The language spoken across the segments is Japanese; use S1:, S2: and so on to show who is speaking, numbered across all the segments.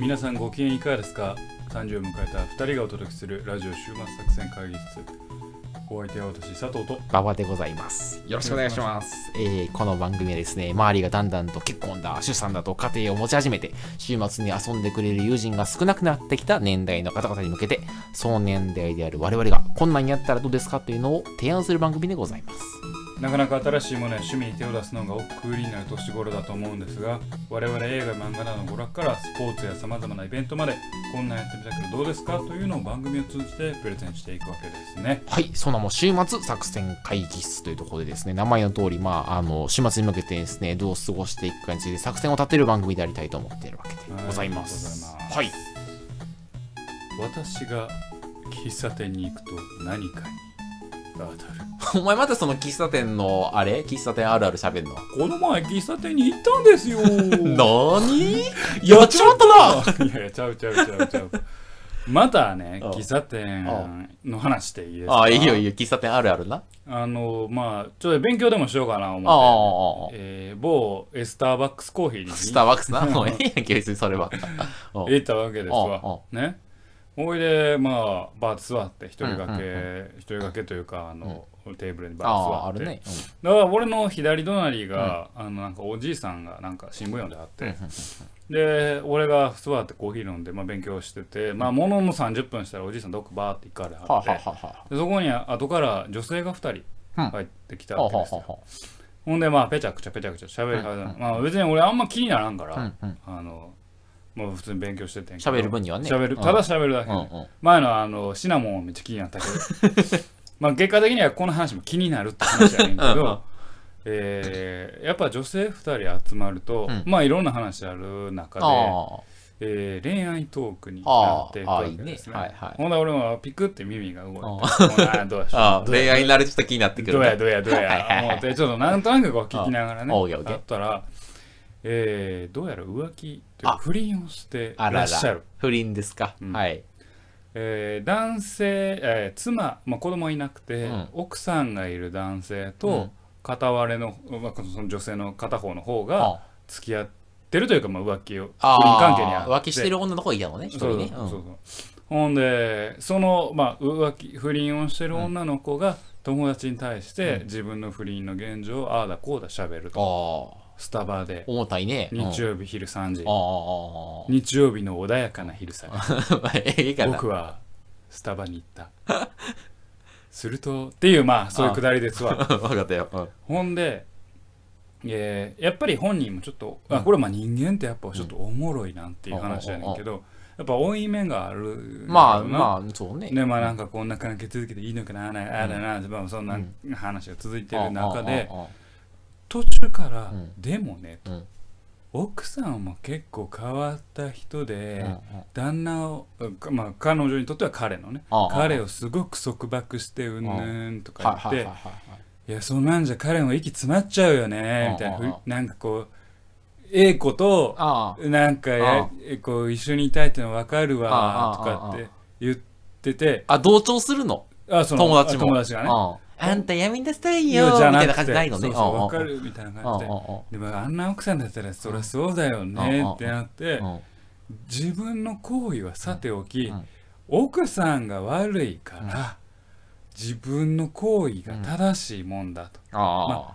S1: 皆さんご機嫌いかがですか誕生日を迎えた2人がお届けするラジオ週末作戦会議室お相手は私佐藤と
S2: 馬場でございます。よろしくお願いします。えーこの番組はですね、周りがだんだんと結婚だ、出産だと家庭を持ち始めて、週末に遊んでくれる友人が少なくなってきた年代の方々に向けて、その年代である我々が、こんなんやったらどうですかというのを提案する番組でございます。
S1: なかなか新しいものや趣味に手を出すのが億劫になる年頃だと思うんですが我々映画漫画などの娯楽からスポーツやさまざまなイベントまでこんなんやってみたけどどうですかというのを番組を通じてプレゼンしていくわけですね
S2: はい、その名も週末作戦会議室というところでですね、名前の通り、まあ、あの、週末に向けてですね、どう過ごしていくかについて作戦を立てる番組でありたいと思っているわけでございます。
S1: はい
S2: はい。
S1: 私が喫茶店に行くと何かに当たる
S2: お前またその喫茶店のあれ喫茶店あるある喋んの
S1: この前喫茶店に行ったんです よ
S2: な にやっちまったない
S1: やいやちゃうちゃうちゃうちゃうまたね
S2: ああ
S1: 喫茶店の話でいいですか
S2: あ、いいよいいよ、喫茶店あるあるな。
S1: あのまあちょっと勉強でもしようかな
S2: ああ
S1: 思って、
S2: ああ
S1: えー某エスターバックスコーヒーに
S2: スター
S1: 行
S2: バックスな。もうええやんけ、別にそれは。あ
S1: ったわけですわ
S2: あ
S1: ねおいでまあバー座って一人掛け、
S2: うんう
S1: 一人掛けというかあの、テーブルにバ
S2: あ
S1: ー座
S2: あ、あ
S1: って
S2: るね。
S1: だから俺の左隣が、あのなんかおじいさんがなんか新聞読んであっ
S2: うん
S1: て、で俺が座ってコーヒー飲んで、まあ、勉強してて、まあ、ものの30分したらおじいさんどっかバーって行かれはって、
S2: はあはあはあは
S1: でそこに後から女性が2
S2: うん
S1: 人入ってきた
S2: あ。は
S1: わけで
S2: あは
S1: す
S2: あ
S1: よ、
S2: は
S1: ほんでまあぺちゃくちゃぺちゃくちゃ喋り始め
S2: うん
S1: まあ別に俺あんま気にならんから、
S2: あ。うんうん。
S1: あのもう普通に勉強しててんけど
S2: 喋る分にはね。
S1: 喋るただ喋るだけ、
S2: うんうん。
S1: 前のあのシナモンはめっちゃ気になったけど まあ結果的にはこの話も気になるって話やねんけど
S2: うんうん
S1: えーやっぱ女性2人集まると、
S2: うん
S1: まあいろんな話ある中で、
S2: あ
S1: えー恋愛トークに
S2: あ。あ
S1: なっていく
S2: あ。ああ、
S1: わ
S2: いい
S1: けで
S2: ね
S1: す。ね。
S2: はいはい。
S1: ほんで俺もピクって耳が動いて、
S2: あ
S1: ほなどうやし
S2: ああ、
S1: どう
S2: 恋
S1: や
S2: 愛慣れちょっと気になってくる
S1: どうや
S2: ね。
S1: どうやどう
S2: はいはいは
S1: や
S2: い
S1: 思ってちょっとなんとなくこう聞きながらね
S2: あオーケーオーケー
S1: だったら、えーどうやら浮気という
S2: あ
S1: か不倫をして
S2: あ
S1: ら
S2: ら
S1: っしゃ
S2: ら
S1: る。。
S2: 不倫ですか
S1: う。ん
S2: はい。
S1: えー男性、えー妻、まあ、子供いなくて、
S2: うん
S1: 奥さんがいる男性と、
S2: うん
S1: 片割れの,、まあ、その女性の片方の方
S2: あ
S1: が
S2: あ
S1: 付き合ってるというか、まあ、浮気を不
S2: あ
S1: 倫
S2: あ
S1: 関係にあって
S2: 浮気してる女の子がいたのね、一
S1: そう
S2: 人
S1: そう
S2: ね。
S1: そううんそうほんでその、まあ、浮気不倫をしてる女の子が友達に対して自分の不倫の現状をああだこうだ喋ると、
S2: ああ。
S1: スタバで
S2: 重たいね。うん
S1: 日曜日昼3時、
S2: ああ。
S1: 日曜日の穏やかな昼下がり
S2: ええかな。
S1: 僕はスタバに行ったするとっていうまあそういうくだりです わ
S2: 分かったよ。うん
S1: ほんで、えーやっぱり本人もちょっと、あこれまあ人間ってやっぱちょっとおもろいなんていう話やねんけど、やっぱ負い目があるんだろうな
S2: まあまあ、そうね。
S1: でまあなんかこんな関係続けていいのかなあらあらな、まあそんな話が続いてる中で、
S2: ああああ
S1: 途中から「
S2: うん
S1: でもね」と、
S2: うん
S1: 奥さんも結構変わった人で、
S2: うんうん
S1: 旦那を、かまあ、彼女にとっては彼のね
S2: ああ
S1: 彼をすごく束縛してうんぬんと
S2: はい
S1: か
S2: は
S1: 言
S2: い
S1: っ
S2: はい
S1: て
S2: はい。
S1: 「いやそんなんじゃ彼も息詰まっちゃうよね」みたいな
S2: ああああ
S1: ふなんかこうええ子と
S2: あ
S1: なんか
S2: ああ
S1: やこう一緒にいたいっての分かる
S2: ああ
S1: わとかって言ってて
S2: あ。あ、同調するの
S1: あその
S2: 友達も。
S1: 友達がね
S2: うんあんたやめなさい
S1: い
S2: よ
S1: や
S2: み
S1: じゃくて
S2: たいな感じないのね。
S1: そうそう
S2: うんうん
S1: 分かるみたいな
S2: うんう
S1: 感
S2: ん
S1: じででもあんな奥さんだったらそりゃそうだよねってなって
S2: うんうん
S1: 自分の行為はさておき、
S2: うんうん
S1: 奥さんが悪いから自分の行為が正しいもんだと、
S2: ああ。うん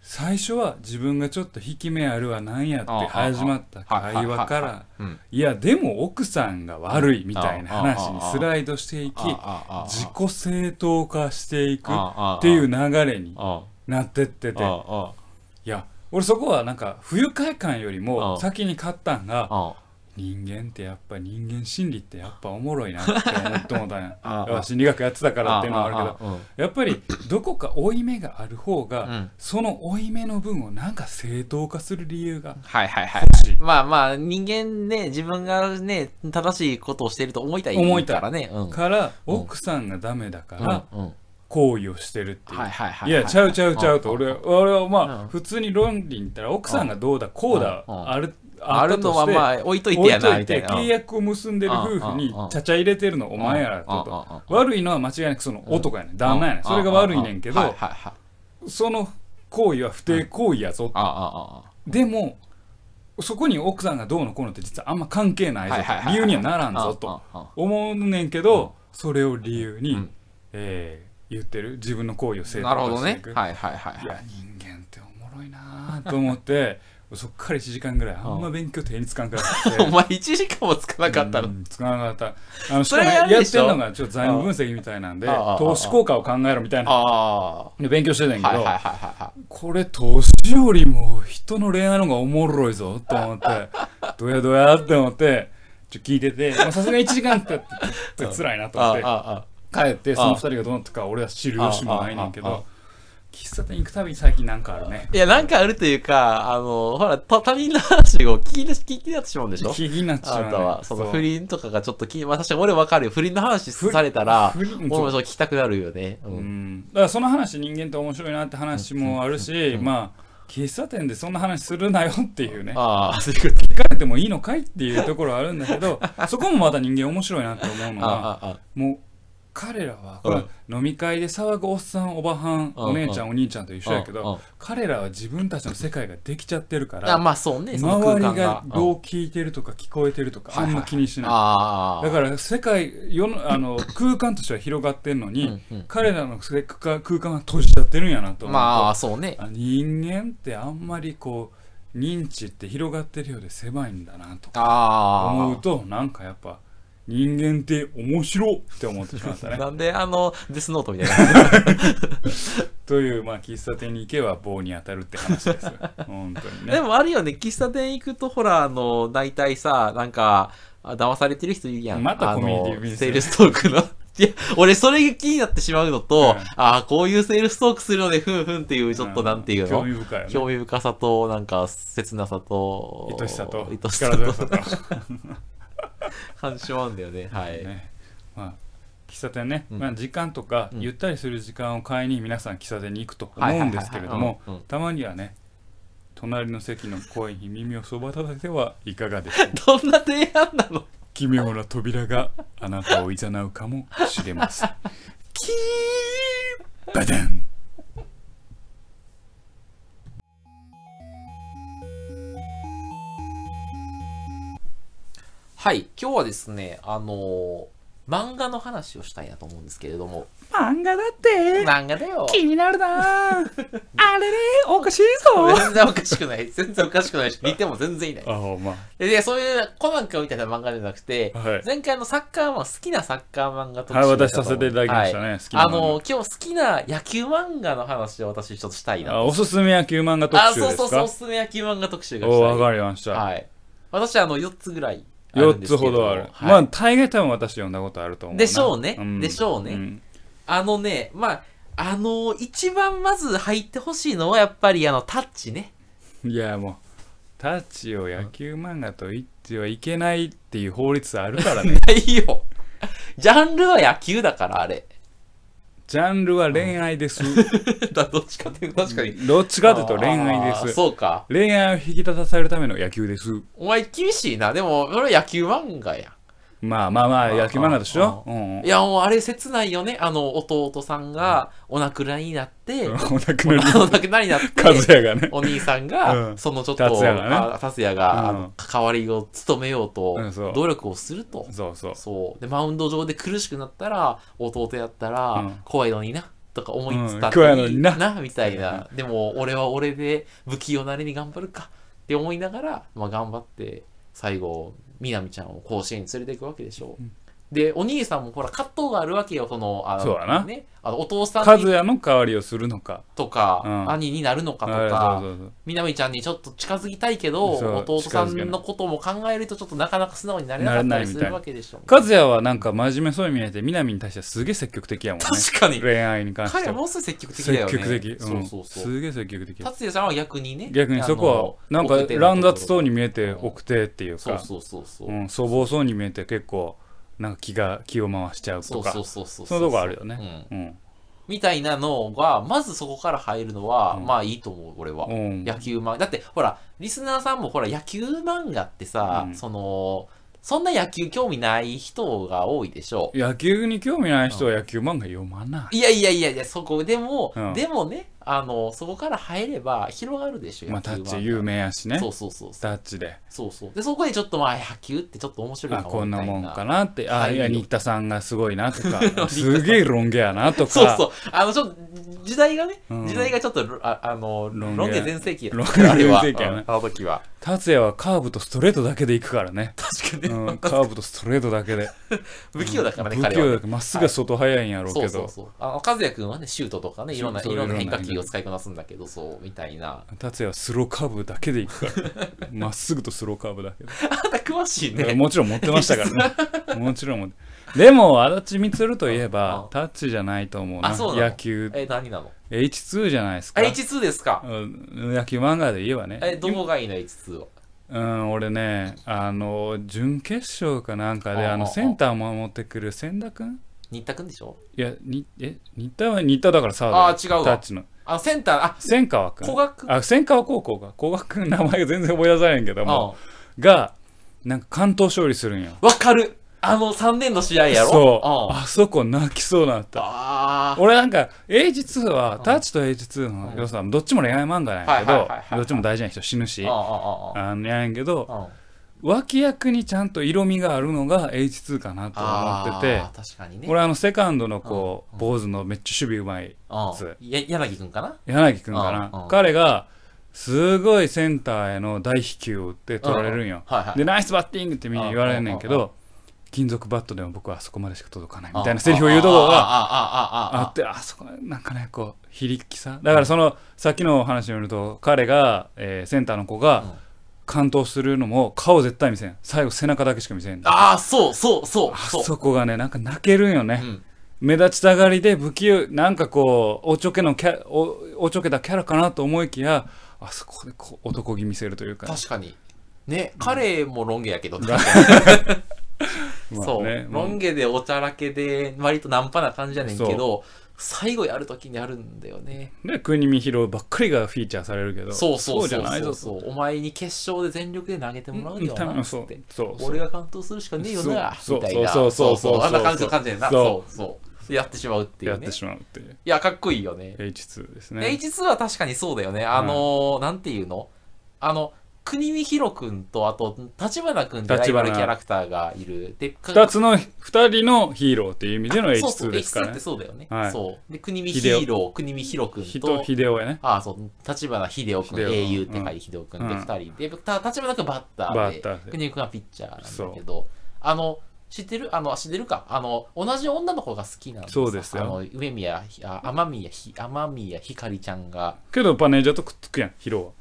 S1: 最初は自分がちょっと引き目あるわなんやって
S2: ああ
S1: 始まった
S2: はいはい
S1: 会話か
S2: はいは
S1: ら
S2: いうん
S1: いやでも奥さんが悪いみたいな話にスライドしていき
S2: ああああ
S1: 自己正当化していくっ
S2: ああああ
S1: ていう流れに
S2: あ
S1: なってって
S2: あ
S1: て
S2: あ
S1: いや俺そこはなんか不愉快感より
S2: あ
S1: も
S2: あ
S1: 先に勝ったんが
S2: あ
S1: 人間ってやっぱ人間心理ってやっぱおもろいなって思ってもうたんや
S2: ああ
S1: やっぱ心理学やってたから
S2: あ
S1: っていうのはあるけ
S2: ど。うん
S1: どやっぱりどこか負い目がある方が、
S2: うん
S1: その負い目の分をなんか正当化する理由が
S2: はいはいはい。まあまあ、人間ね、自分がね、正しいことをしていると思いたい
S1: 思いたい
S2: からね。うん。
S1: から
S2: うん
S1: 奥さんがダメだか
S2: うん
S1: ら
S2: うん
S1: 行為をしてるっていう。
S2: はいはいはい。
S1: いやちゃうちゃうちゃうと俺は俺はま
S2: うん
S1: あ普通に論理に言ったら奥さんがどうだこうだ
S2: うん
S1: ある
S2: あるのはま
S1: あ
S2: あ置い
S1: 置
S2: とい
S1: いと
S2: てや
S1: いて
S2: なみたいな。
S1: 契約を結んでる夫婦に
S2: うんうんうん
S1: ちゃちゃ入れてるのお前やらと
S2: うんうんうん
S1: と悪いのは間違いなくその男やねん旦那やねんそれが悪いねんけ
S2: はいはい
S1: ど
S2: はい。
S1: その行為は不貞行為やぞ
S2: あああああ
S1: でもそこに奥さんがどうのこうのって実はあんま関係ないぞ
S2: はいはいはい
S1: と
S2: はい
S1: 理由にはならんぞ
S2: うん
S1: と
S2: うんうん
S1: 思うねんけどそれを理由に、
S2: うん
S1: えー言ってる自分の行為を正
S2: なる
S1: 当
S2: ほ
S1: 化
S2: ど
S1: してい
S2: ね
S1: く、
S2: はいはいはい
S1: い
S2: は
S1: や
S2: い
S1: 人間っておもろいなぁと思ってそっから1時間ぐらいあんま勉強手につかんから
S2: お前1時間もつかなかったの、
S1: うんつかなかったあのし
S2: そ
S1: かも
S2: れ
S1: や
S2: あ
S1: っ
S2: れで
S1: て
S2: し
S1: る
S2: ょ
S1: のがちょっと財務分析みたいなんで
S2: ああああ
S1: 投資効果を考えろみたいな
S2: あ
S1: で勉強してたんや
S2: あ
S1: け
S2: はい
S1: ど、
S2: はいはいはいはい
S1: これ投資よりも人の恋愛の方がおもろいぞと思って どやどやって思ってちょっと聞いててまあさすがに1時間経って辛いなと思って
S2: あ
S1: 帰ってその2人がどうなったか俺は知る由もないねんけ
S2: あああああ
S1: ど喫茶店行くたびに最近なんかあるね
S2: いや、なんかあるというか、あの、ほら、た、他人の話を聞き出し、聞き出してしまうんでしょ
S1: 気になっちゃ
S2: あ
S1: うね
S2: なたは、その
S1: う
S2: 不倫とかがちょっと気に、まあ確かに俺わかるよ。不倫の話されたら、
S1: 不倫
S2: 俺もそう聞きたくなるよね。う。
S1: うんんだからその話人間って面白いなって話もあるしまあ喫茶店でそんな話するなよっていうね
S2: ああ、そういうことね。
S1: 聞かれてもいいのかいっていうところはあるんだけ どそこもまた人間面白いなって思うの
S2: あ
S1: は
S2: あ、あ
S1: もう彼らはこれは飲み会で騒ぐおっさんおばはん
S2: うん
S1: お姉ちゃんお兄ちゃんと一緒やけ
S2: うんうん
S1: ど彼らは自分たちの世界ができちゃってるか
S2: あ。あ
S1: ら
S2: まあそうね、その空
S1: 周
S2: 間
S1: りが
S2: が。
S1: ど
S2: う
S1: うん聞いてるとか聞こえてるとかあ
S2: はい
S1: ん
S2: はい
S1: ま気にしない
S2: ああ。
S1: だから世界世のあの空間としては広がってんのに
S2: うんうん
S1: 彼らの世空間は閉じちゃってるんやなと思うと
S2: まあそうね。
S1: あ人間ってあんまりこう認知って広がってるようで狭いんだなと
S2: ああ。
S1: 思うとなんかやっぱ人間って面白いって思ってしまった ね
S2: なんであの、デスノートみ たいな。
S1: という、まあ、喫茶店に行けば棒に当たるって話ですよ。本当にね。
S2: でもあるよね、喫茶店行くとほら、あの、大体さ、なんか、あ騙されてる人いるやん。
S1: またコミュニティ
S2: あの
S1: ビジネス
S2: セールストークの。いや、俺それが気になってしまうのと、
S1: うん
S2: ああ、こういうセールストークするので、ふんふんって いう、ちょっとなんていうの、
S1: 興味深いよね。
S2: 興味深さと、なんか、切なさと、
S1: 愛しさと
S2: 愛しさ
S1: 力強さ
S2: と、
S1: と。
S2: 感じてしまうんだよね。はい。
S1: ねまあ、喫茶店ね、
S2: うん
S1: まあ、時間とか、
S2: うん
S1: ゆったりする時間を買いに皆さん喫茶店に行くと思うんですけれども
S2: はいはいはいはいうんうん、
S1: たまにはね、隣の席の声に耳をそば立ててはいかがで しょうか。
S2: どんな提案なの
S1: 奇妙な扉があなたを誘うかもしれま せん。キーバデン
S2: はい、今日はですね、あのー漫画の話をしたいなと思うんですけれども。
S1: 漫画だって
S2: 漫画だよ
S1: 気になる なあれれおかしいぞ
S2: 全然おかしくない。全然おかしくないし、似ても全然いない。
S1: あほんま
S2: で、でそういうコナン君みたいな漫画じゃなくて、
S1: はい
S2: 前回のサッカーマン、好きなサッカー漫画特集
S1: はい
S2: だ
S1: 私
S2: と
S1: さ
S2: 思う
S1: せていただきましたね、
S2: はい
S1: 好きな
S2: あ
S1: 漫画
S2: の、今日好きな野球漫画の話を私一つしたいな
S1: あ
S2: と。
S1: おすすめ野球漫画特
S2: あ、
S1: 集
S2: そ
S1: ですか
S2: うそうそう、おすすめ野球漫画特集がし
S1: お
S2: たい。
S1: わかりました、
S2: はい。私、あの、4つぐらいあるん
S1: 4
S2: で
S1: つ
S2: すけれ
S1: ほ
S2: ども。
S1: どある、
S2: はい
S1: まあ大概多分私読んだことあると思うな
S2: でしょうね
S1: ん
S2: でしょうね
S1: ん
S2: あのね、まあ、あの一番まず入ってほしいのは、やっぱり、あの、タッチね。
S1: いやもうタッチを野球漫画と言ってはいけないっていう法律あるから ね
S2: ないよ。ジャンルは野球だから、あれ。
S1: ジャンルは恋愛です
S2: だどっちかっていうと、確かに。
S1: どっちかというと恋愛
S2: あ
S1: で
S2: ー
S1: す
S2: そうか。
S1: 恋愛を引き立たせるための野球です
S2: お前厳しいな。でも、俺は野球漫画や
S1: まあまあまあ野球漫画でしょ、
S2: あ
S1: うん
S2: ん。いや、もうあれ切ないよね。あの、弟さんがお亡くなりになって、
S1: お亡くなり
S2: お亡くなりになって、
S1: 和也がね
S2: お兄さん
S1: う
S2: が、
S1: ん
S2: そのちょっと、
S1: 達也がね
S2: あ達也が、あ
S1: う
S2: の
S1: ん
S2: 関わりを務めようと
S1: うんそう、
S2: 努力をすると。
S1: そうそう
S2: そう。で、マウンド上で苦しくなったら、弟やった
S1: う
S2: ら
S1: ん、
S2: 怖いのにな、とか思いつつ
S1: うん怖いのにな
S2: みたいな。でも、俺は俺で、不器用なりに頑張るか、って思いながら、まあ、頑張って、最後、みなみちゃんを甲子園に連れていくわけでしょう。で、お兄さんもほら、葛藤があるわけよ、その、あの、
S1: そうだな
S2: ね、あのお父さ
S1: 和
S2: んに
S1: 也の代わりをするのか
S2: とか、
S1: うん
S2: 兄になるのかと
S1: あそ
S2: か、
S1: うそうそう
S2: みなみちゃんにちょっと近づきたいけど、
S1: そう
S2: 弟さ
S1: 近づけ
S2: ん
S1: な
S2: のことも考えると、ちょっとなかなか素直になれなかっ
S1: な
S2: た
S1: れ
S2: り
S1: ないみた
S2: す
S1: いな
S2: るわけでしょ。
S1: 和也はなんか真面目そうに見えて南に対してすげえ積極的やもんね
S2: 確かに。
S1: 恋愛に関して
S2: 彼
S1: は
S2: もうすぐ積極的だよ
S1: 積
S2: ね。
S1: 極的、
S2: そ
S1: ん
S2: うそうそう。
S1: すげえ積極的
S2: 達也さんは逆にね。
S1: 逆にそこは
S2: あ
S1: な
S2: の
S1: んか乱雑そうに見え
S2: う
S1: て
S2: ん
S1: 奥手っていう
S2: そう
S1: か
S2: そうそうそう。
S1: うん粗暴そうに見えて結構なんか気が気を回しちゃう
S2: そ
S1: と
S2: う
S1: か
S2: そうそうそう。
S1: そのとこあるよね
S2: うん
S1: うん
S2: みたいなのが、まずそこから入るのは、
S1: うん
S2: まあいいと思う、俺は。
S1: うん
S2: 野球漫画。だって、ほら、リスナーさんもほら、野球漫画ってさ、
S1: うん
S2: その、そんな野球興味ない人が多いでしょう。
S1: 野球に興味ない人は野球漫画読まない
S2: いやいやいやいや、そこでも、
S1: うん
S2: でもね、あの、そこから入れば広がるでしょ、
S1: まあ、
S2: 野球
S1: タ
S2: は
S1: ッチ有名やしね
S2: そうそうそう。
S1: タッチで
S2: そうそう。で、そこでちょっとまあ、野球ってちょっと面白い
S1: あ
S2: かも
S1: こんなもん
S2: みたい
S1: かなってあいや
S2: はい
S1: 新田さんがすごいなと かすげえロン毛やなとか
S2: そうそう。あの、ちょっと、時代がね、
S1: うん
S2: 時代がちょっと、ああの、
S1: ロ
S2: ロ
S1: ン
S2: ン
S1: 毛
S2: 毛全盛期
S1: ロン毛全盛期やね
S2: あれはうんあの時は。
S1: 達也はカーブとストレートだけでいくからね、
S2: 確か
S1: う
S2: に、
S1: ん、カーブとストレートだけで
S2: 不器用だからね、
S1: 不器
S2: 彼は
S1: 用
S2: ね、
S1: だけどまっすぐは外速いんやろうけ
S2: そ
S1: ど
S2: うそうそう。あの、和也くんはね、シュートとかね、いろんな、
S1: そうそう
S2: いろんない
S1: ろん
S2: 変
S1: な
S2: 化球を使いこなすんだけど、そう、みたいな。
S1: 達也はスローカーブだけでいくからまっすぐとスローカーブだけで
S2: あなた詳しい
S1: だから
S2: ね。
S1: もちろん持ってましたからねもちろん持ってでも足立満といえば
S2: あ
S1: タッチじゃないと思うな
S2: あそうなの
S1: 野球
S2: え、何なの
S1: H2 じゃないです
S2: あ、
S1: か
S2: H2 ですか。
S1: うん野球漫画で言えばね
S2: え、どこがいいの、H2 は。
S1: うん、俺ねあの準決勝かなんかで
S2: ああ
S1: あの
S2: ああ
S1: センター守ってくる千田君
S2: 新田くんでしょ
S1: いやにえ新田は新田だからサード
S2: ああ違うわ
S1: タッチの
S2: あの、センター、あ、
S1: 千川君
S2: 古賀君
S1: あ千川高校か古賀君名前が全然思い出さないんけども
S2: う
S1: がなんか関東勝利するんよ
S2: ん。わかる。あの、3年の試合やろ
S1: そう
S2: あ
S1: あそこ泣きそうなった
S2: あー。
S1: 俺なんか H2 はタッチと H2 の良さどっちも恋愛漫画なんやけ
S2: はいはいはいはい
S1: どどっちも大事な人死ぬし
S2: あ
S1: あ
S2: あああ
S1: のやんやけど
S2: ああ
S1: 脇役にちゃんと色味があるのが H2 かなと思ってて
S2: あー確かにね。
S1: 俺あのセカンドの子坊主のめっちゃ守備うまい
S2: うんや柳くんかな
S1: 柳くんか
S2: うん
S1: な
S2: うん
S1: 彼がすごいセンターへの大飛球を打って取られるんよ
S2: うんはいはい
S1: でナイスバッティングってみんな言われんねんけ
S2: うんう
S1: ど金属バットでも僕はあそこまでしか届かないみたいなセリフを言うとこがあ
S2: が
S1: ってあそこなんかねこう非力さだからそのさっきのお話によると彼が、えーセンターの子
S2: うん
S1: が完投するのも顔絶対見せん最後背中だけしか見せんあ
S2: ああ、そうそうそうそう。
S1: そこがねなんか泣けるんよね、
S2: うん
S1: 目立ちたがりで不器用なんかこうおちょけのキャラおおちょけたキャラかなと思いきやあそこでこう男気見せるというか
S2: 確かに。ね、彼もロン毛や けど、
S1: まあ
S2: そう、
S1: ね
S2: ロン毛でおちゃらけで、割とナンパな感じやねんけど、最後やるときにあるんだよね。
S1: で国見広ばっかりがフィーチャーされるけど
S2: そうそう
S1: じ
S2: そ
S1: ゃ
S2: う
S1: ない
S2: そ
S1: ぞ
S2: うそう。お前に決勝で全力で投げてもらうよ
S1: うんう
S2: な、
S1: ん
S2: つ
S1: そ
S2: っ
S1: う
S2: て。
S1: そうそう
S2: 俺が完投するしかねえよな、
S1: そう
S2: みたいな。
S1: そうそうそうそう
S2: あんな感じの感じやな。
S1: そ
S2: そうそう。やってしまうってい
S1: や
S2: う
S1: っ
S2: ね
S1: て。しまうっていう
S2: いや、かっこいいよね。
S1: H2 ですね
S2: H2 は確かにそうだよね。あのー、なんていうのあの、国見ひろくんと、あと、立花くんってライバルキ
S1: 橘
S2: ャラクターがいる。で、か
S1: 二つの二人のヒーローっていう意味での
S2: そうそう
S1: H2 ですか
S2: H2 っ
S1: ら
S2: て
S1: ね。
S2: そうだよね。
S1: はい
S2: そう。で、国見ヒーロー、国見ひろくん
S1: 人
S2: と、
S1: 秀夫やね。
S2: ああ、そう、立花秀夫くん、
S1: 秀夫
S2: 英雄って書いて秀夫くんで
S1: うん
S2: 二人で、た立花くんバッターで、
S1: バッターで
S2: 国見くんはピッチャーなんだけど、あの、知ってるあの、知ってるかあの、同じ女の子が好きなんです
S1: そうですよ
S2: あの、上宮、あ天宮ひ、天宮ひかりちゃんが、
S1: けどパネージャーとくっつくやん、ヒロ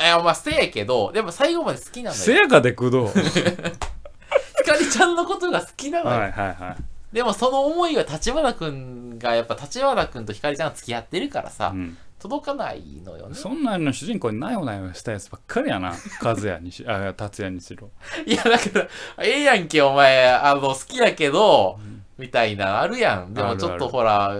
S2: え、まあ、せやけど、でも最後まで好きな
S1: は。
S2: の
S1: せ
S2: よ。
S1: やかで工 藤。
S2: ひかりちゃんのことが好きなのよ。
S1: はいはいはい。
S2: でもその思いは立花くんが、やっぱ立花くんとひかりちゃんが付き合ってるからさ、
S1: うん
S2: 届かないのよね。
S1: そんなの主人公にないおないをしたやつばっかりやな。和也にし、あ、達也にしろ。
S2: いや、だから、ええやんけ、お前、あの、好きやけど、みたいな、あるやん。で
S1: あ
S2: も
S1: る
S2: ちょっ
S1: あ
S2: と
S1: る
S2: ほら、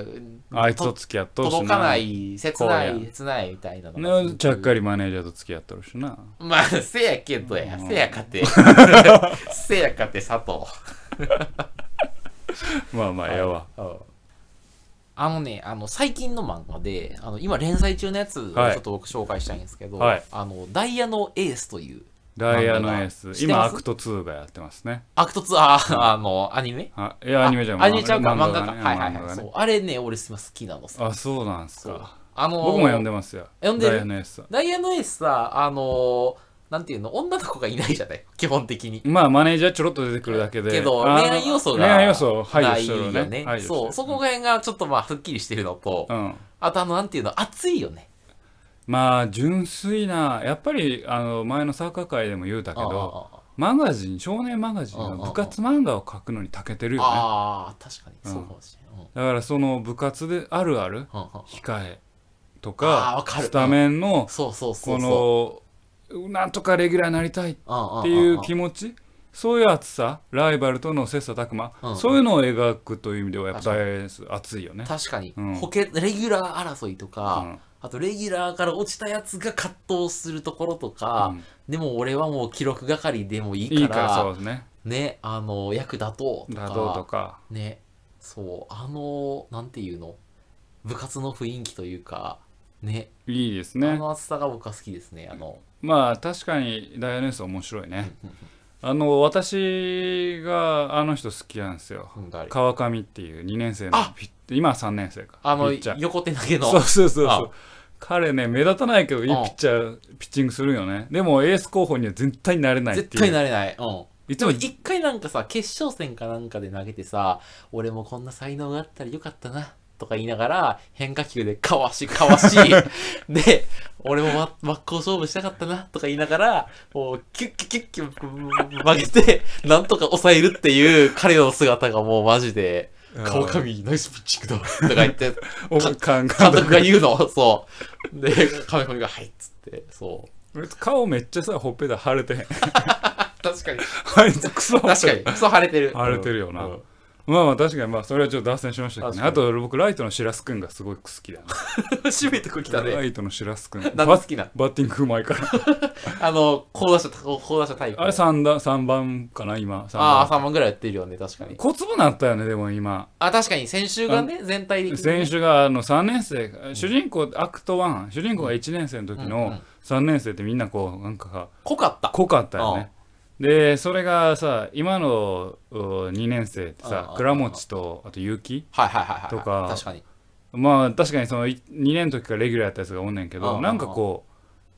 S1: あいつと付き合っとるしな。
S2: 届かな。い、切な
S1: こう
S2: い、
S1: や
S2: 切ない、みたいなのが
S1: ね、ちゃっかりマネージャーと付き合っとるしな。
S2: まあ、せやけどや、
S1: うん
S2: せや かて、せやかて、佐藤。
S1: まあまあ、やわ。
S2: うんあのね、あの、最近の漫画で、あの、今連載中のやつをち
S1: はい
S2: ょっと僕紹介したいんですけど、
S1: はい
S2: あの、ダイヤのエースという、
S1: ダイヤのエー
S2: 知って
S1: ス。
S2: ます
S1: 今、アクト2がやってますね。
S2: アクトツアー、あの、アニメ
S1: あいや、アニメじゃん。
S2: アニメちゃうか、
S1: 漫画
S2: 漫画か。
S1: ね
S2: はいはい
S1: 漫
S2: は
S1: 画
S2: い。
S1: が
S2: そう
S1: ね。
S2: あれね、俺今好きなのさ。
S1: あ、そうなんす
S2: そう
S1: か。
S2: あのー
S1: 僕も読んでますよ。
S2: 読んでる
S1: ダイヤのエースは。
S2: ダイヤのエースさ、あのーなんていうの、女の子がいないじゃない基本的に。
S1: まあ、マネージャーちょろっと出てくるだけで。
S2: けど、
S1: あー
S2: 恋愛要素が
S1: 恋愛要素を排除
S2: な
S1: し
S2: い
S1: てる
S2: よ
S1: よね
S2: ね。。
S1: 排除してる
S2: そう、そこら辺がちょっとまあ、すっきりしてるのと、
S1: うん。
S2: あとあの、なんていうの、熱いよね。
S1: まあ、純粋な、やっぱり、あの、前のサッカー界でも言うたけど、
S2: あ
S1: マガジン、少年マガジン
S2: う
S1: が
S2: んうんうん
S1: 部活漫画を書くのに長けてるよ
S2: ー
S1: ね。
S2: あー、確かに、そうかもしれない。うん
S1: だから、その部活であるある、
S2: うんうん
S1: 控えと
S2: あー
S1: か
S2: わ、かる
S1: スタメンの、
S2: そうそうそうそう。
S1: この、なんとかレギュラーになりたいっ
S2: の
S1: ていう気持ちそういう熱さライバルとの切磋琢磨、
S2: うん
S1: そういうのを描くという意味ではやっぱ
S2: 確
S1: ダイエース熱いよね、
S2: 確かに、
S1: うん
S2: 補欠レギュラー争いとか、
S1: うん
S2: あとレギュラーから落ちたやつが葛藤するところと
S1: う
S2: か、
S1: ん
S2: でも俺はもう記録係でもいいから
S1: いいからそうですね
S2: ねあの役立とうとか
S1: 打倒とか
S2: ねそうあのなんていうの部活の雰囲気というかね
S1: いいです
S2: あ
S1: ね
S2: の厚さが僕は好きですねあの
S1: まあ確かにダイアネス面白いねあの私があの人好きなんですよ
S2: うん誰
S1: 川上っていう2年生の
S2: あ
S1: ピッ今は3年生か
S2: あの
S1: ピッチャー
S2: 横手投げの
S1: そうそうそうそ
S2: あ
S1: う彼ね目立たないけどいいピ
S2: うん
S1: ッチャーピッチングするよねでもエース候補には絶対になれないっていう
S2: 絶対なれないうん
S1: いつ
S2: で
S1: も
S2: も一回なんかさ決勝戦かなんかで投げてさ俺もこんな才能があったらよかったなとか言いながら変化球でかわしか わしで俺もわ真っ向勝負したかったなとか言いながらもうキュッキュッキュッキュッ曲げてなんとか抑えるっていう彼の姿がもうマジで
S1: うん
S2: 川上ナイスピッチングだとか言って監
S1: お監
S2: 督
S1: 督
S2: が言う のそうで川上が「はい」っつってそう
S1: 顔めっちゃさほっぺた腫れ てへん
S2: 確かに
S1: あいつクソ
S2: 確かにクソ腫れてる
S1: 腫れてるよな
S2: うん
S1: まあまあ確かにまあそれはちょっと脱線しましたけど
S2: 確
S1: ね
S2: かに
S1: あと僕ライトの白須くんがすごく好きだね
S2: 初めてこう来た
S1: ラ
S2: ね。
S1: イトの白須くん
S2: なんで好きなの
S1: バッティングうまいから
S2: あの、高打者、高打者タイプ。
S1: あれ3だ三番かな今三番
S2: ああ、3万ぐらいやってるよね、確かに。
S1: 小粒なったよねでも今
S2: あ、確かに、先週がね、全体的に。
S1: 選手があの3年生主人公アクト1主人公が1年生の時
S2: うんう
S1: の
S2: ん
S1: 3年生ってみんなこうなんかさ
S2: 濃かった。
S1: 濃かったよねでそれがさ今の2年生って
S2: うん
S1: さ
S2: うん
S1: 倉持とあと結城
S2: はいはいはいはい。
S1: とか
S2: 確かに。
S1: まあ確かにそのい2年の時からレギュラーやったやつがおんねんけ
S2: うんうん
S1: ど
S2: うん
S1: なんかこう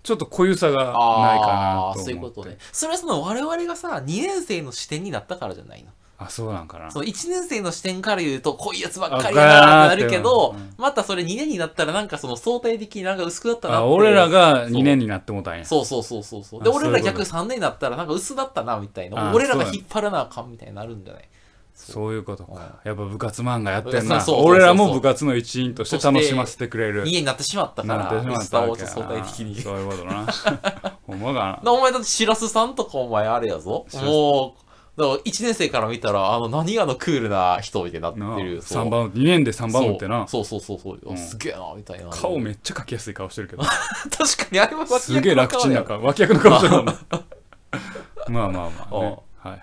S1: ちょっと濃ゆさがないか
S2: あ
S1: な
S2: あー、
S1: と
S2: そういう
S1: 思
S2: こ
S1: って
S2: とね。それはその我々がさ、2年生の視点になったからじゃないの。
S1: あそうなんかな
S2: その1年生の視点から言うと、濃いやつばっかり
S1: あ
S2: だな
S1: ガー
S2: ー
S1: っ
S2: っててなるけど
S1: うんうん、
S2: またそれ2年になったら、なんかその相対的になんか薄くなったなっ
S1: あ
S2: て。
S1: 俺らが2年になってもうたんや
S2: そうそうそうそうそう。で、
S1: あそういう
S2: 俺
S1: こと
S2: ら逆3年になったら、なんか薄だったな、みたい
S1: あ
S2: な。
S1: ー
S2: 俺ら
S1: そ
S2: が
S1: うや
S2: 引っ張らなあかん、みたいになるんじゃない
S1: そういうことかやっぱ部活漫画やってん
S2: そうそう
S1: な
S2: そうそう
S1: 俺らも部活の一員として楽しませてくれる
S2: 逃げになってしまったか
S1: なってし
S2: ら、
S1: ま
S2: 薄
S1: っ
S2: さ
S1: た
S2: を
S1: わけやな
S2: 相対的に。
S1: そういうこと なほんまか
S2: なお前だって、しらすさんとかお前あれやぞ。
S1: 白洲
S2: もう、だから1年生から見たら、あの、何あのクールな人みたいにな
S1: なな
S2: ってる。そう
S1: 3番2年で3番打ってな
S2: そうそうそうそうそう、
S1: うん
S2: すげえな、みたいな。
S1: 顔めっちゃ描きやすい顔してるけど
S2: 確かにあれは
S1: すげえ楽ちんな顔脇役の顔してるもんなまあまあまあ、ね、はい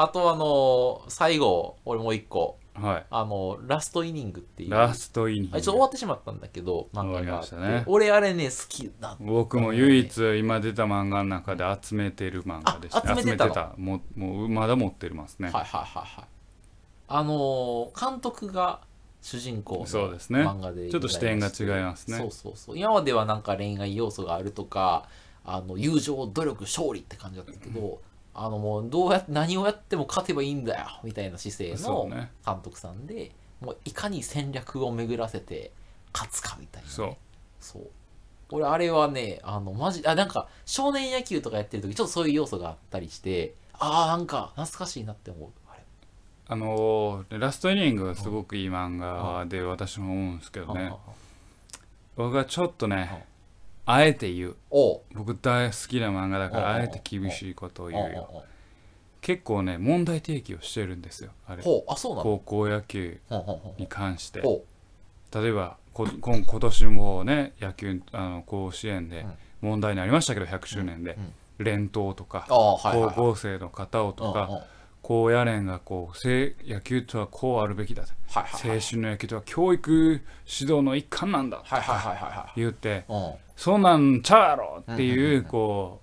S2: あとあのー最後、俺もう一個、
S1: はいはい
S2: あのーラストイニングっていう。
S1: ラストイニン
S2: あ
S1: グ
S2: れちょっと終わってしまったんだけど、漫画
S1: 終わり
S2: があ
S1: ま
S2: っ、
S1: してたね
S2: 俺あれね、好きだ。
S1: 僕も唯一今出た漫画の中で集めてる漫画でした
S2: あ集めてたの
S1: もうもうまだ持ってますね、
S2: はいはいはいはい。あのー監督が主人公の
S1: そうですね
S2: 漫画で
S1: ちょっと視点が違い
S2: い
S1: ますね
S2: そうそうそう。今まではなんか恋愛要素があるとか、あの友情、努力、勝利って感じだったけど、あのもうどうや何をやっても勝てばいいんだよみたいな姿勢
S1: そう
S2: の
S1: ね
S2: 監督さんで、もういかに戦略を巡らせて勝つかみたいなね、
S1: そう
S2: そう。俺、あれはね、あの、マジ、あ、なんか、少年野球とかやってる時ちょっとそういう要素があったりして、ああ、なんか、懐かしいなって思う。あれ。
S1: あのーラストイニングがすごくいい漫画で私も思うんですけどね
S2: あああ
S1: 僕はちょっとねあえて言う
S2: おう
S1: 僕大好きな漫画だから
S2: うん
S1: あえて厳しいことを
S2: おう
S1: 言うよ
S2: おう
S1: 結構ね問題提起をしてるんですよあれ
S2: ほう、あ、そうなの
S1: 高校野球
S2: ほうほうほう
S1: に関して
S2: ほ
S1: 例えばこ 今今年もね野球あの甲子園で
S2: うん
S1: 問題になりましたけど100周年で
S2: う。うん
S1: 連投とか
S2: ああ、はい
S1: 高
S2: はいはい。
S1: 校生の方をと
S2: うんうん
S1: か高野連がこうせい野球とはこうあるべきだ
S2: はいはいはい。
S1: 青春の野球とは教育指導の一環なんだ
S2: はいはいはいは
S1: 言って
S2: いはい。
S1: そんなんちゃうやろって
S2: うんうんう
S1: い
S2: んう
S1: うこ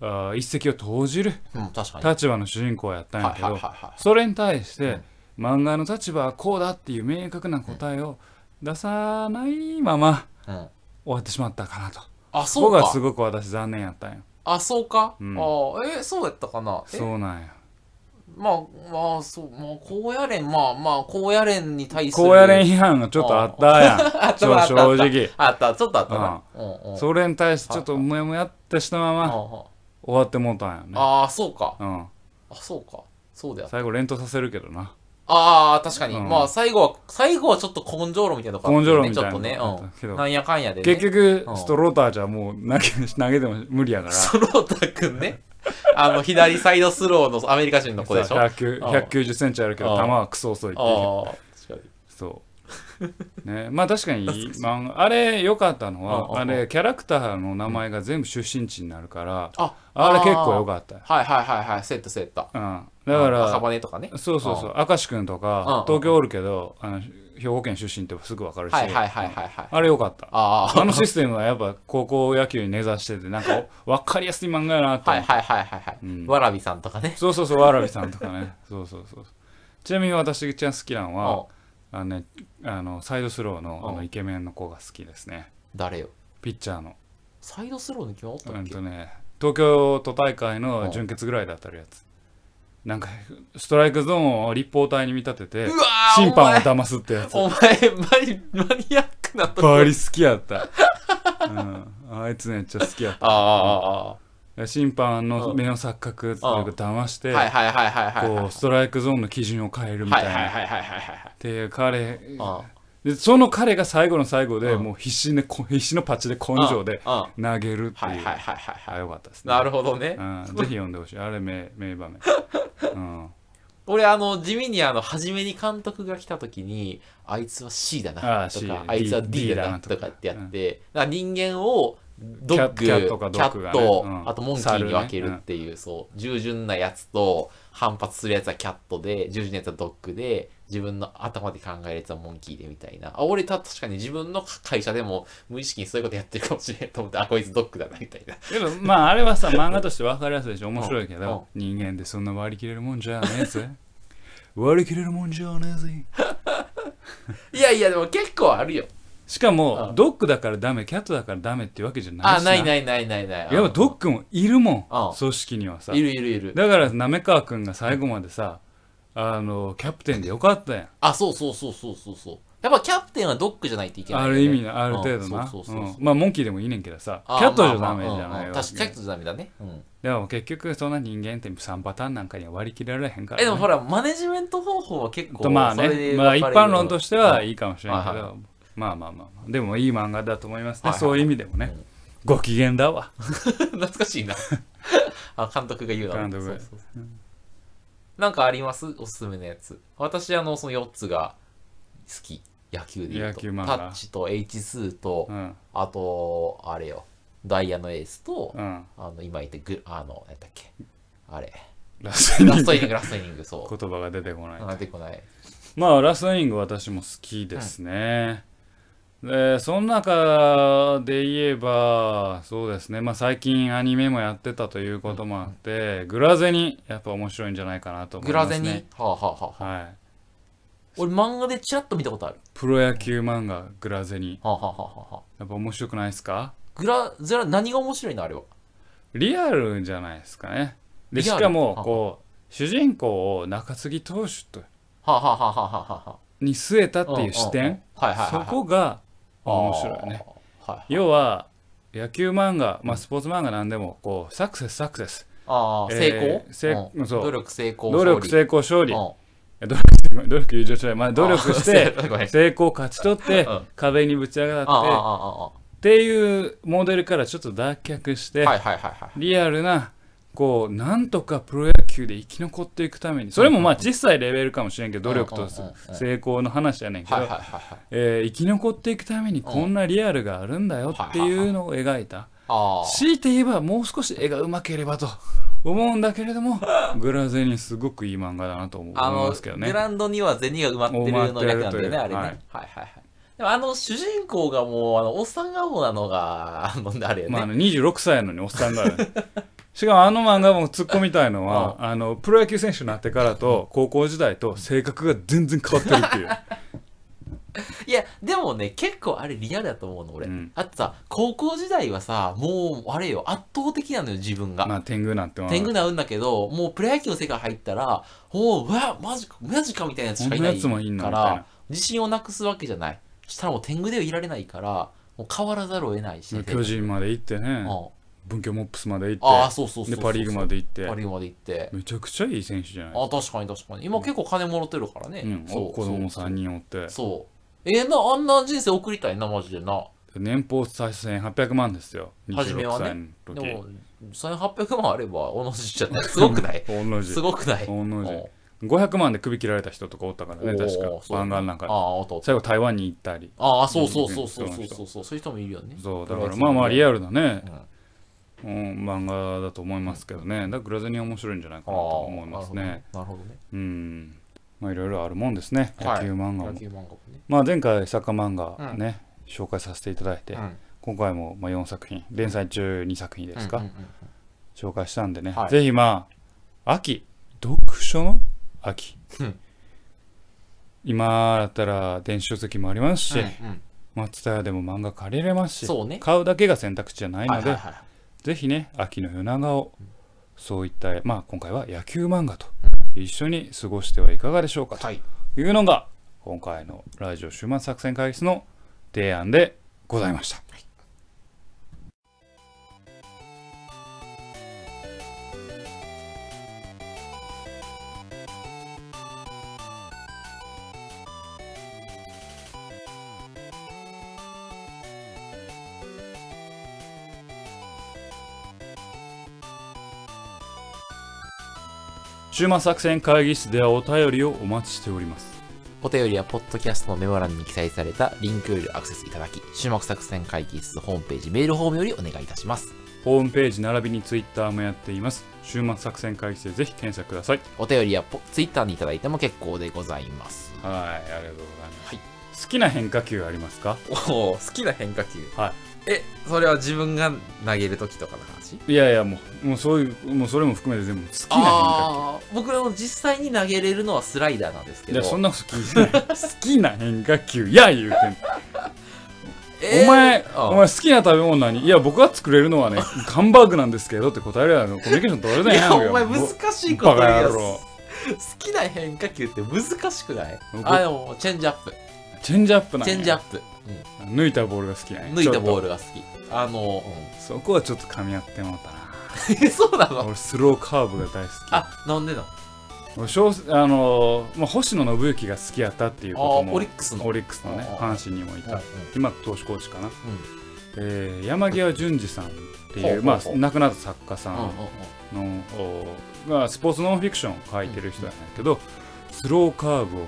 S1: うあー一石を投じる
S2: うん、うん、確かに。
S1: 立場の主人公やったんや
S2: はい
S1: け
S2: はいはい
S1: ど
S2: は
S1: それに対して漫画の立場はこうだっていう明確な答えを出さないまま
S2: い。うん。
S1: 終わってしまったかなと
S2: あ、
S1: そこ
S2: そう
S1: がす
S2: か。
S1: ごく私残念やったんよ
S2: あ、そうか。ああ
S1: うん
S2: ー、え、そうやったかな。え
S1: そうなんや
S2: まあ、まあ、そう、まあ、高野連、まあまあ、高野連に対する。
S1: 高野連批判がちょっとあったやん
S2: た
S1: ちょ
S2: あった
S1: 正直
S2: あった、ちょっとあったな。うんうん
S1: それに対してちょっともやもやってしたま
S2: うんう
S1: ま
S2: ん
S1: 終わってもうたんよね
S2: ああ、そうか。
S1: うん、
S2: あ、そうか。そうだよ。
S1: 最後連投させるけどな
S2: ああ、確かに。
S1: うん
S2: まあ、最後は、最後はちょっと根性論みたいなとこあ
S1: 根
S2: った
S1: 性
S2: よ
S1: 論
S2: ね
S1: みたいな
S2: ち
S1: の
S2: ょ
S1: あっ
S2: っ
S1: た
S2: と
S1: け
S2: ね、う
S1: ど
S2: ん。なんやかんやで、ね。
S1: 結局
S2: うん
S1: ストローターじゃもう投げ 投げても無理やから
S2: スロータ君ね。あの、左サイドスローのアメリカ人の子でしょ。あ
S1: 100
S2: うん
S1: 190センチあるけど
S2: うん
S1: 球はクソ遅いっていう
S2: あ、確かに。
S1: そうねまあ確かに漫画あれ良かったの
S2: うんうん
S1: はあ
S2: うん
S1: れキャラクターの名前が全部出身地になるから
S2: あ、
S1: あれ結構良
S2: っ
S1: かったよ
S2: た。はいはいはいはい、セットセット。
S1: うんだか
S2: 赤
S1: ら
S2: 羽とかね。
S1: そうそうそう明石君とか
S2: うん
S1: 東京おるけどあの兵庫県出身ってすぐ分かるし、
S2: はいはいはいはいはい。
S1: あれよかった
S2: あ
S1: あのシステムはやっぱ高校野球に根ざしててなん かお分かりやすい漫画やなって
S2: あ、
S1: 思
S2: は
S1: う
S2: いはいはいはいはい。
S1: うん
S2: わらびさんとかね。
S1: そうそうそうわらびさんとかね そうそうそうちなみに私が一番好きなのは
S2: お
S1: あの、ね、あのサイドスローの
S2: うん
S1: あのイケメンの子が好きですね
S2: 誰よ。
S1: ピッチャーの
S2: サイドスローの決まっ
S1: う
S2: たっ
S1: ん
S2: け
S1: とね東京都大会
S2: う
S1: の
S2: ん
S1: 準決ぐらいで当たるやつなんかストライクゾーンを立方体に見立てて
S2: うわー
S1: 審判を騙すってやつ
S2: お前、マリ、マニアックなとこ。
S1: バリ好きやった、うん、あいつめっちゃ好きやっ
S2: あああああ
S1: た審判の
S2: うん
S1: 目の錯覚というか騙して
S2: あ。はいはいはいはいはい。
S1: こうストライクゾーンの基準を変えるみた
S2: はい
S1: い
S2: はい
S1: な
S2: はいはいはいはい。
S1: で彼
S2: あ
S1: でその彼が最後の最後で
S2: うん
S1: もう必死でこ必死のパッチで根
S2: あ。
S1: 性で
S2: うん。はい
S1: 投げるって
S2: はいいうはいはいはい。
S1: あよかったですね
S2: なるほどね。
S1: うんぜひ読んでほしいあれ名名場面うん
S2: 俺、あの、地味にあの、初めに監督が来た時に、あいつは C だ
S1: あ
S2: なと
S1: C
S2: か、あいつは
S1: D
S2: D だ
S1: だ
S2: な
S1: な
S2: と
S1: と
S2: か
S1: か
S2: ってやって、だから人間を、ドッグ、
S1: キャキャットかドッグがね
S2: キャット
S1: うん
S2: あとモンキーに分けるっていう、そう、従順なやつと、反発するやつはキャットで、従順なやつはドッグで、自分の頭で考えるやつはモンキーでみたいな。あ、俺た、確かに自分の会社でも無意識にそういうことやってるかもしれないと思って、あ、こいつドッグだな、みたいな。
S1: でもまああれはさ漫画として分かりやすいし面白いけ
S2: うんうん
S1: ど人間ってそんな割り切れるもんじゃねえぜ 割り切れるもんじゃねえぜ
S2: いやいや、でも結構あるよ。
S1: しかも、
S2: うん
S1: ドッグだからダメキャットだからダメってわけじゃない
S2: あ、
S1: し
S2: ない
S1: い
S2: ないないないない。
S1: やっぱドッグもいるもん、
S2: うん
S1: 組織にはさ
S2: いるいるいる。
S1: だから滑川君が最後までさあのキャプテンでよかったやん
S2: あ、そうそうそうそうそうそう。やっぱキャプテンはドッグじゃないといけない
S1: あ
S2: よね、
S1: る意味なある程度
S2: う
S1: なん
S2: そうそうそうそう
S1: うんまあモンキーでもいいねんけどさキ
S2: あー
S1: ャットじゃダメじゃ
S2: ま
S1: な
S2: あま
S1: い
S2: あうん
S1: わ
S2: 確かにキャッ
S1: け
S2: トじゃダメだね。うん
S1: でも結局そんな人間って3パターンなんかには割り切られへんから、
S2: え、でもほら、マネジメント方法は結構、
S1: とまあ
S2: それで
S1: ね、
S2: 分
S1: ま
S2: か
S1: あ
S2: れ
S1: 一
S2: る
S1: 般論としては
S2: うん
S1: いいかもしれんけ
S2: はい
S1: ど、
S2: はいは
S1: まあまあまあまあでもいい漫画だと思いますね、
S2: はいはい
S1: そういう意味でもね、
S2: うん
S1: ご機嫌だわ
S2: 懐かしい な。あ、監督が言うな。
S1: 監督
S2: そうそうそうなんかありますおすすめのやつ。私、あの、その4つが好き。野球で言うと。
S1: 野球漫画
S2: タッチと H2 と、
S1: うん
S2: あと、あれよ。ダイヤのエースと、
S1: うん
S2: あの、今言ってグ、あの、何だっけ。あれ。
S1: ラストイニ
S2: ラ
S1: ン
S2: スト
S1: グ
S2: イニング、ラストイニング、そう。
S1: 言葉が出てこない、
S2: 出てこない。
S1: まあラストイニング私も好きですね、でその中で言えばそうですねまあ最近アニメもやってたということもあって、グラゼニやっぱ面白いんじゃないかなと思
S2: グ
S1: いま
S2: ラ
S1: すね
S2: ゼニ、はあ、はあはあ、
S1: はい
S2: 俺漫画でチラッと見たことある。
S1: プロ野球漫画グラゼニ
S2: はあ、はあはあはあはあ、
S1: やっぱ面白くないですか
S2: グラゼラ何が面白いのあれは。
S1: リアルじゃないですかねで
S2: リ
S1: し
S2: アル
S1: かもこう主人公を中継ぎ投手と
S2: はあ、はあはあはあはあは
S1: に据えたっ
S2: あ、
S1: ていう視点
S2: うんうんうん。はいはい
S1: そ
S2: はい、はい。
S1: こが面白いよね
S2: あー。はい。
S1: 要は野球漫画、まあ、スポーツ漫画なんでもこうサクセスサクセス
S2: ああ、成功、
S1: えー成
S2: うん
S1: そう
S2: 努力成功。
S1: 努力
S2: 勝
S1: 成功勝
S2: 利
S1: 利い
S2: うん
S1: や努力 努力友情しない、まあ、努力し
S2: あ
S1: て
S2: ー ごめん。
S1: 成功を勝ち取って
S2: うん
S1: 壁にぶち上
S2: ああ、あ
S1: がってっ
S2: あ、あ
S1: ていうモデルからちょっと脱却して
S2: あ。はいはいはいはい。
S1: リアルなこうなんとかプロ野球で生き残っていくためにそれもまあ小さいレベルかもしれんけど努力
S2: う
S1: と
S2: んうんうんうん
S1: 成功の話やねんけ
S2: はいはい
S1: ど
S2: はいはい。
S1: えー生き残っていくためにこんなリアルがあるんだよっていうのを描いた
S2: あ
S1: 強いて言えばもう少し絵がうまければと思うんだけれど もグラゼニすごくいい漫画だなと思い
S2: あ。あの、
S1: ますけどね
S2: グラウンドには銭が埋まってるの略なんだよね、あれ
S1: 埋ま
S2: ね。
S1: っ
S2: はい
S1: て
S2: はい
S1: る
S2: はい。でもあの主人公がもう、あの、おっさん顔なのが、あの、あれよね。
S1: まあ、あの26歳なのにおっさんだね しかもあの漫画も突っ込みたいのはあのプロ野球選手になってからと高校時代と性格が全然変わってるっていう
S2: いや、でもね、結構あれリアルだと思うの、俺。
S1: うん
S2: あとさ、高校時代はさ、もう、あれよ、圧倒的なのよ、自分が。
S1: まあ天狗なんてものは
S2: 天狗なうんだけど、もうプロ野球の世界入ったら、おう、うわ、マジか、マジかみたいなやつしかい
S1: こん
S2: ない
S1: なやつもいんの
S2: か
S1: みたい
S2: ら
S1: な、
S2: 自信をなくすわけじゃない。したらもう天狗ではいられないから、もう変わらざるを得ないし。
S1: 巨人まで行って
S2: う
S1: ね
S2: ん
S1: 文京モップスまで
S2: あ
S1: 行
S2: あ、
S1: っ
S2: そうそう
S1: てで
S2: そうそう。
S1: パ・リーグまで行って
S2: パリーグまで行って。
S1: めちゃくちゃいい選手じゃない
S2: あ、確かに確かに。今結構金もろてるからね。
S1: うん、子供3人おって
S2: そう。えーな、あんな人生送りたいな、マジでな。
S1: 年俸再生800万ですよ
S2: 初めは
S1: 26
S2: ね
S1: 歳の時
S2: でも、1800万あれば、おの字じゃない。すごくない
S1: 同じ
S2: すごくない
S1: 御の字
S2: うん
S1: 500万で首切られた人とかおったからね確か
S2: おーそう
S1: 漫画の中
S2: あ
S1: で
S2: あ、おっと
S1: 最後台湾に行ったり
S2: ああ、そうそうそうそうそうそうそう。そういう人もいるよね。
S1: そうだからまあまあリアルなね
S2: うん、
S1: うん、漫画だと思いますけどねだからグラゼニは面白いんじゃないか
S2: あ
S1: な
S2: あ
S1: と思いますね
S2: なるほどね。なるほどね。
S1: うんまあ、いろいろあるもんですね、
S2: はい
S1: 野球漫画も。
S2: 野球漫画もね。
S1: まあ、前回、サッカー漫画ね、紹介させていただいて、
S2: うん
S1: 今回もまあ4作品、連載中2作品ですか、
S2: うんうんうん
S1: 紹介したんでね、
S2: はい
S1: ぜひまあ、秋、読書の秋
S2: うん。
S1: 今だったら電子書籍もありますし、
S2: うんうん
S1: まあ、TSUTAYA でも漫画借りれますし、
S2: そうね。
S1: 買うだけが選択肢じゃないので、
S2: はいはいはい
S1: ぜひね、秋の夜長を、そういった、まあ今回は野球漫画と一緒に過ごしてはいかがでしょうかと
S2: はい。
S1: いうのが、今回のラジオ終末作戦会議室の提案でございました。終末作戦会議室ではお便りをお待ちしております。
S2: お便りは、ポッドキャストのメモ欄に記載されたリンクよりアクセスいただき、終幕作戦会議室ホームページ、メールフォームよりお願いいたします。
S1: ホームページ並びにツイッターもやっています。週末作戦会議室でぜひ検索ください。
S2: お便りやポツイッターにいただいても結構でございます。
S1: はい、ありがとうございます。
S2: はい
S1: 好きな変化球ありますか
S2: おお、好きな変化球。
S1: は
S2: え、それは自分が投げるときとかの話
S1: い。いやいや、もう、もうそういう、もうそれも含めて全部好きな変化
S2: ああ、僕らも実際に投げれるのはスライダーなんです
S1: 球。
S2: け
S1: い
S2: ど。
S1: や、そんなこと聞いてない。好きな変化球や言うてんの
S2: えー
S1: お前、
S2: あ
S1: お前好きな食べ物何いや、僕が作れるのはね、ハンバーグなんですけどって答えるやろ。コミュニケーション取れない
S2: い
S1: やん
S2: や、
S1: か
S2: お前
S1: 僕
S2: 難しいこと言う
S1: バ
S2: や
S1: カ野郎
S2: 好きな変化球って難しくない
S1: 僕
S2: あ、でも、チェンジアップ。
S1: チェンジアップなん
S2: チ
S1: や
S2: ェンジアップ。
S1: 抜いたボールが好きなん
S2: う
S1: や
S2: ん抜いたボー
S1: ル。
S2: ルが好き。あの、
S1: そこはちょっと噛み合ってもうたな。
S2: うんそうなの
S1: 俺、スローカーブが大好き。
S2: あ、なんでなの
S1: 俺小あのーまあ、星野信之が好きやったっていうこと
S2: あ
S1: も
S2: オリックスの。
S1: オリックスのね
S2: あ
S1: 阪神にもいた、
S2: うんうん
S1: 今投手コーチかな、
S2: うん
S1: えー山際淳二さんって
S2: ほ
S1: い
S2: うほ
S1: う、
S2: う
S1: ま
S2: ほ
S1: あ、
S2: う
S1: 亡くなった作家さ
S2: うんんうんうん
S1: の、おまあ、スポーツノンフィクションを書いてる人やねんけど、スローカーブをもう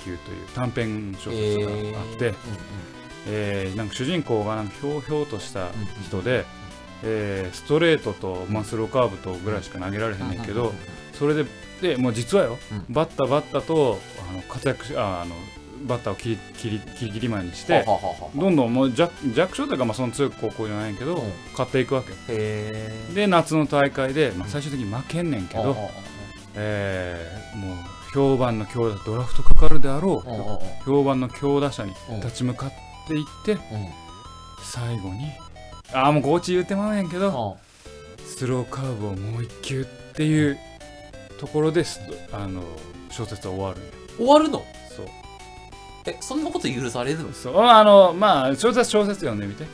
S1: 一球という短編小説があって、え
S2: えー
S1: ーなんか主人公がなんかひょうひょうとした
S2: うんうん
S1: 人で、えーストレートと、まあ、スローカーブとぐらいしか投げられへんねんけど、
S2: うんうん
S1: それででもう実はよ、
S2: う
S1: バッターバッターとあの活躍しああのバッターを切り切り切り切り前にして
S2: はははは
S1: どんどんもう弱弱小というか、まあ、その強い高校じゃないけど、
S2: うん
S1: 勝っていくわけよ
S2: へー
S1: で夏の大会で、まあ、最終的に負けんねんけ
S2: うんうん
S1: ど
S2: う、ん
S1: えーもう評判の強打ドラフトかかるであろう、
S2: うんうんうん
S1: 評判の強打者に
S2: うん
S1: 立ち向かっていって、
S2: うん
S1: 最後にああもうコーチ言うてまうねんけど、
S2: うん
S1: スローカーブをもう一球っていうところですあの小説は終わるんよ
S2: 終わるの
S1: そう
S2: え、そんなこと許されるの
S1: そうあのまあ小説小説読んでみて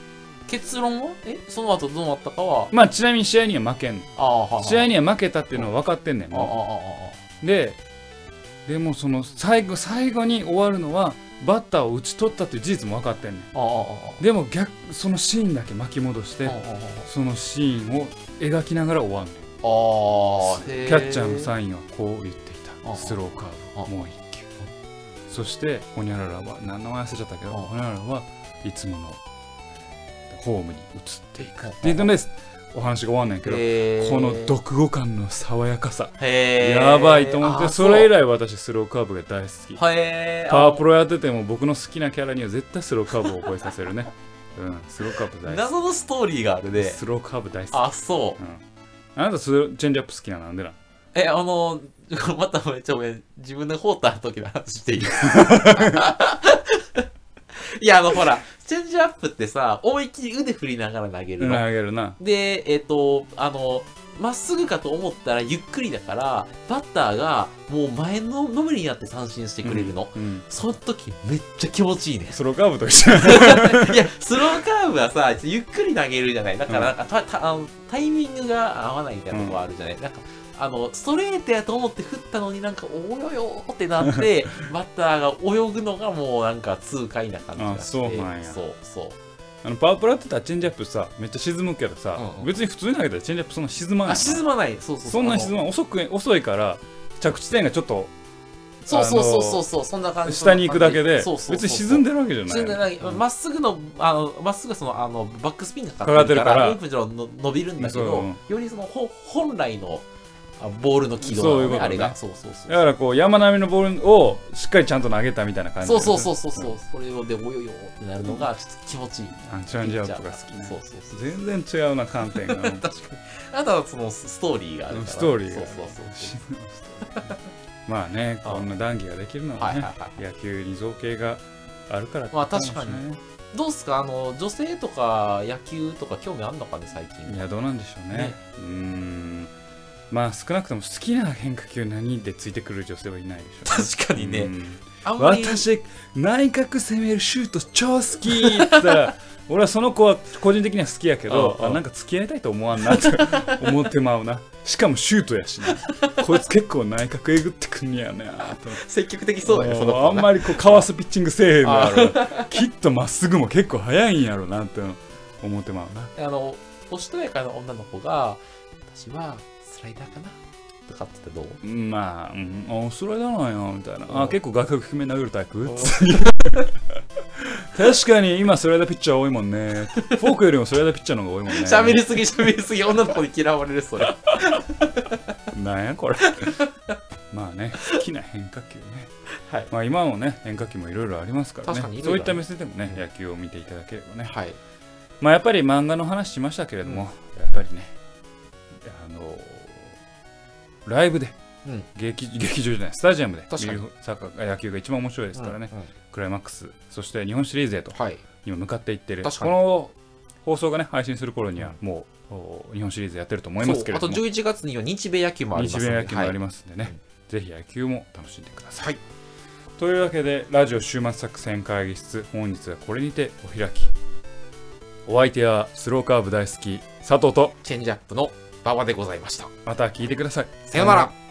S2: 結論はえ、その後どうなったかは、
S1: まあちなみに試合には負けん
S2: ああ、はは
S1: 試合には負けたっていうのは分かってんねん
S2: ああ、あ
S1: も
S2: あ、ああ。
S1: うででもその最後最後に終わるのはバッターを打ち取ったっていう事実も分かってんねん
S2: あああ
S1: でも逆そのシーンだけ巻き戻して
S2: あああ
S1: そのシーンを描きながら終わんねん
S2: ああ
S1: キャッチャーの
S2: イ
S1: サインはこう言っていた
S2: あ
S1: スローカー
S2: あ
S1: ブもう一球そしてホニャララは名前忘れちゃったけど
S2: あ
S1: ホニャララはいつものホームに移っていく
S2: あ
S1: ででもですお話が終わんないけどこの読後感の爽やかさ
S2: へー
S1: やばいと思って
S2: あ
S1: それ以来私スローカーブが大好き
S2: そうへー
S1: パワープロやってても僕の好きなキャラには絶対スローカーブを覚えさせ るねうんスローカーブ
S2: あ
S1: 大好
S2: 謎のストーリーがある
S1: き
S2: で
S1: スローカーブ大好き
S2: あそう
S1: うんあなたスローチェンジアップ好きなのなんでなん
S2: えあの まためっちゃごめん自分で放った時の話してい いいやあのほらチェンジアップってさ思いっきり腕振りながら投げる
S1: 投
S2: の
S1: げる な
S2: でえっ、とあのまっすぐかと思ったらゆっくりだからバッターがもう前のままになって三振してくれるの、
S1: うん
S2: その時めっちゃ気持ちいいね。
S1: スローカーブと一緒 や
S2: いや、スローカーブはさ、ゆっくり投げるじゃない。だからなんかたたあのタイミングが合わないみたいなところあるじゃない。なんかあのストレートやと思って振ったのになんかおよよーってな って、バッターが泳ぐのがもうなんか痛快な感じがして。
S1: あそうなんや
S2: そうそう。
S1: あのパワープロやってたらチェンジアップさめっちゃ沈むけどさ、
S2: うんうん
S1: 別に普通に投げたらチェンジアップそんな沈まない
S2: あ、沈まない。そうそうそう。
S1: そんなに沈まない遅く遅いから着地点がちょっと
S2: そうそうそうそううそう、そんな感じ。
S1: 下に行くだけで
S2: そうそうそう
S1: 別に沈んでるわけじゃない
S2: 沈んでないまっすぐの、あの、まっすぐその、あの、バックスピンがか
S1: かかってるから
S2: ループ上の伸びるんだけ
S1: そう
S2: ど、よりその、ほ本来の、あボールの軌道
S1: そういう
S2: な
S1: こ
S2: の
S1: と
S2: ね
S1: ね
S2: あれがそうそうそう
S1: だからこう山並みのボールをしっかりちゃんと投げたみたいな感じ
S2: そうそうそうそうそうそれをでおよよってなるのがちょっと気持ちいい
S1: あチャレンジアップが好きね
S2: そうそうそう
S1: 全然違うな観点がうん
S2: 確かにあとはそのストーリーがあるから
S1: ストーリーが
S2: そうそう
S1: 死
S2: そ
S1: ぬまあ ねこんな談義ができるの
S2: う
S1: は
S2: はいはい
S1: ね
S2: はい
S1: 野球に造形があるからって
S2: まあ確か
S1: こ
S2: に
S1: となんで
S2: どうっすかあの女性とか野球とか興味あんのかね最
S1: しょうねい
S2: 近
S1: やどうなんでしょうね
S2: ね
S1: うーんまあ少なくとも好きな変化球何でついてくる女性はいないでしょうね
S2: 確かにね、
S1: うん
S2: あんまり
S1: 私内角攻めるシュート超好きって言ったら 俺はその子は個人的には好きやけど
S2: うんうん
S1: あなんか付き合いたいと思わんなって思ってまうなしかもシュートやしなこいつ結構内角えぐってくんねやなと思って
S2: 積極的そうだねその子
S1: あん
S2: り
S1: まりこうかわすピッチングせえへんのやろきっとまっすぐも結構速いんやろなって思ってまうな
S2: あのおしとやかな女の子が私はスライダーかなとかって言ってどう
S1: まあ、うん、あおそろいだなんやみたいな
S2: う
S1: あ
S2: ん
S1: 結構外角低めに投げるタイプ
S2: ん
S1: 確かに今スライダーピッチャー多いもんねフォークよりもスライダーピッチャーの方が多いもんね
S2: 喋りすぎ喋りすぎ女の子に嫌われるそれ
S1: なんやこれ まあね好きな変化球ね、
S2: はい
S1: まあ、今もね変化球もいろいろありますからね
S2: 確かに色
S1: そう
S2: 々
S1: いった目線でもね、
S2: うん
S1: 野球を見ていただければね、
S2: はい
S1: まあ、やっぱり漫画の話しましたけれども、やっぱりねあのライブで、
S2: うん
S1: 劇劇場じゃないスタジアムで
S2: 確かに
S1: 見るサッカー野球が一番面白いですからね、
S2: うんうん
S1: クライマックスそして日本シリーズへと
S2: はい
S1: 今向かっていってるこ
S2: 確かに
S1: の放送がね配信する頃にはもう、お日本シリーズやってると思いますけれども
S2: そうあと11月には日米野球もあります
S1: 日
S2: ので
S1: 米野球もあり
S2: ま
S1: ますんでね、
S2: はい
S1: ぜひ野球も楽しんでください。
S2: はい
S1: というわけで、ラジオ週末作戦会議室、本日はこれにてお開き。お相手はスローカーブ大好き、佐藤と、
S2: すチェンジアップの馬場でございました
S1: また聞いてください。
S2: さようなら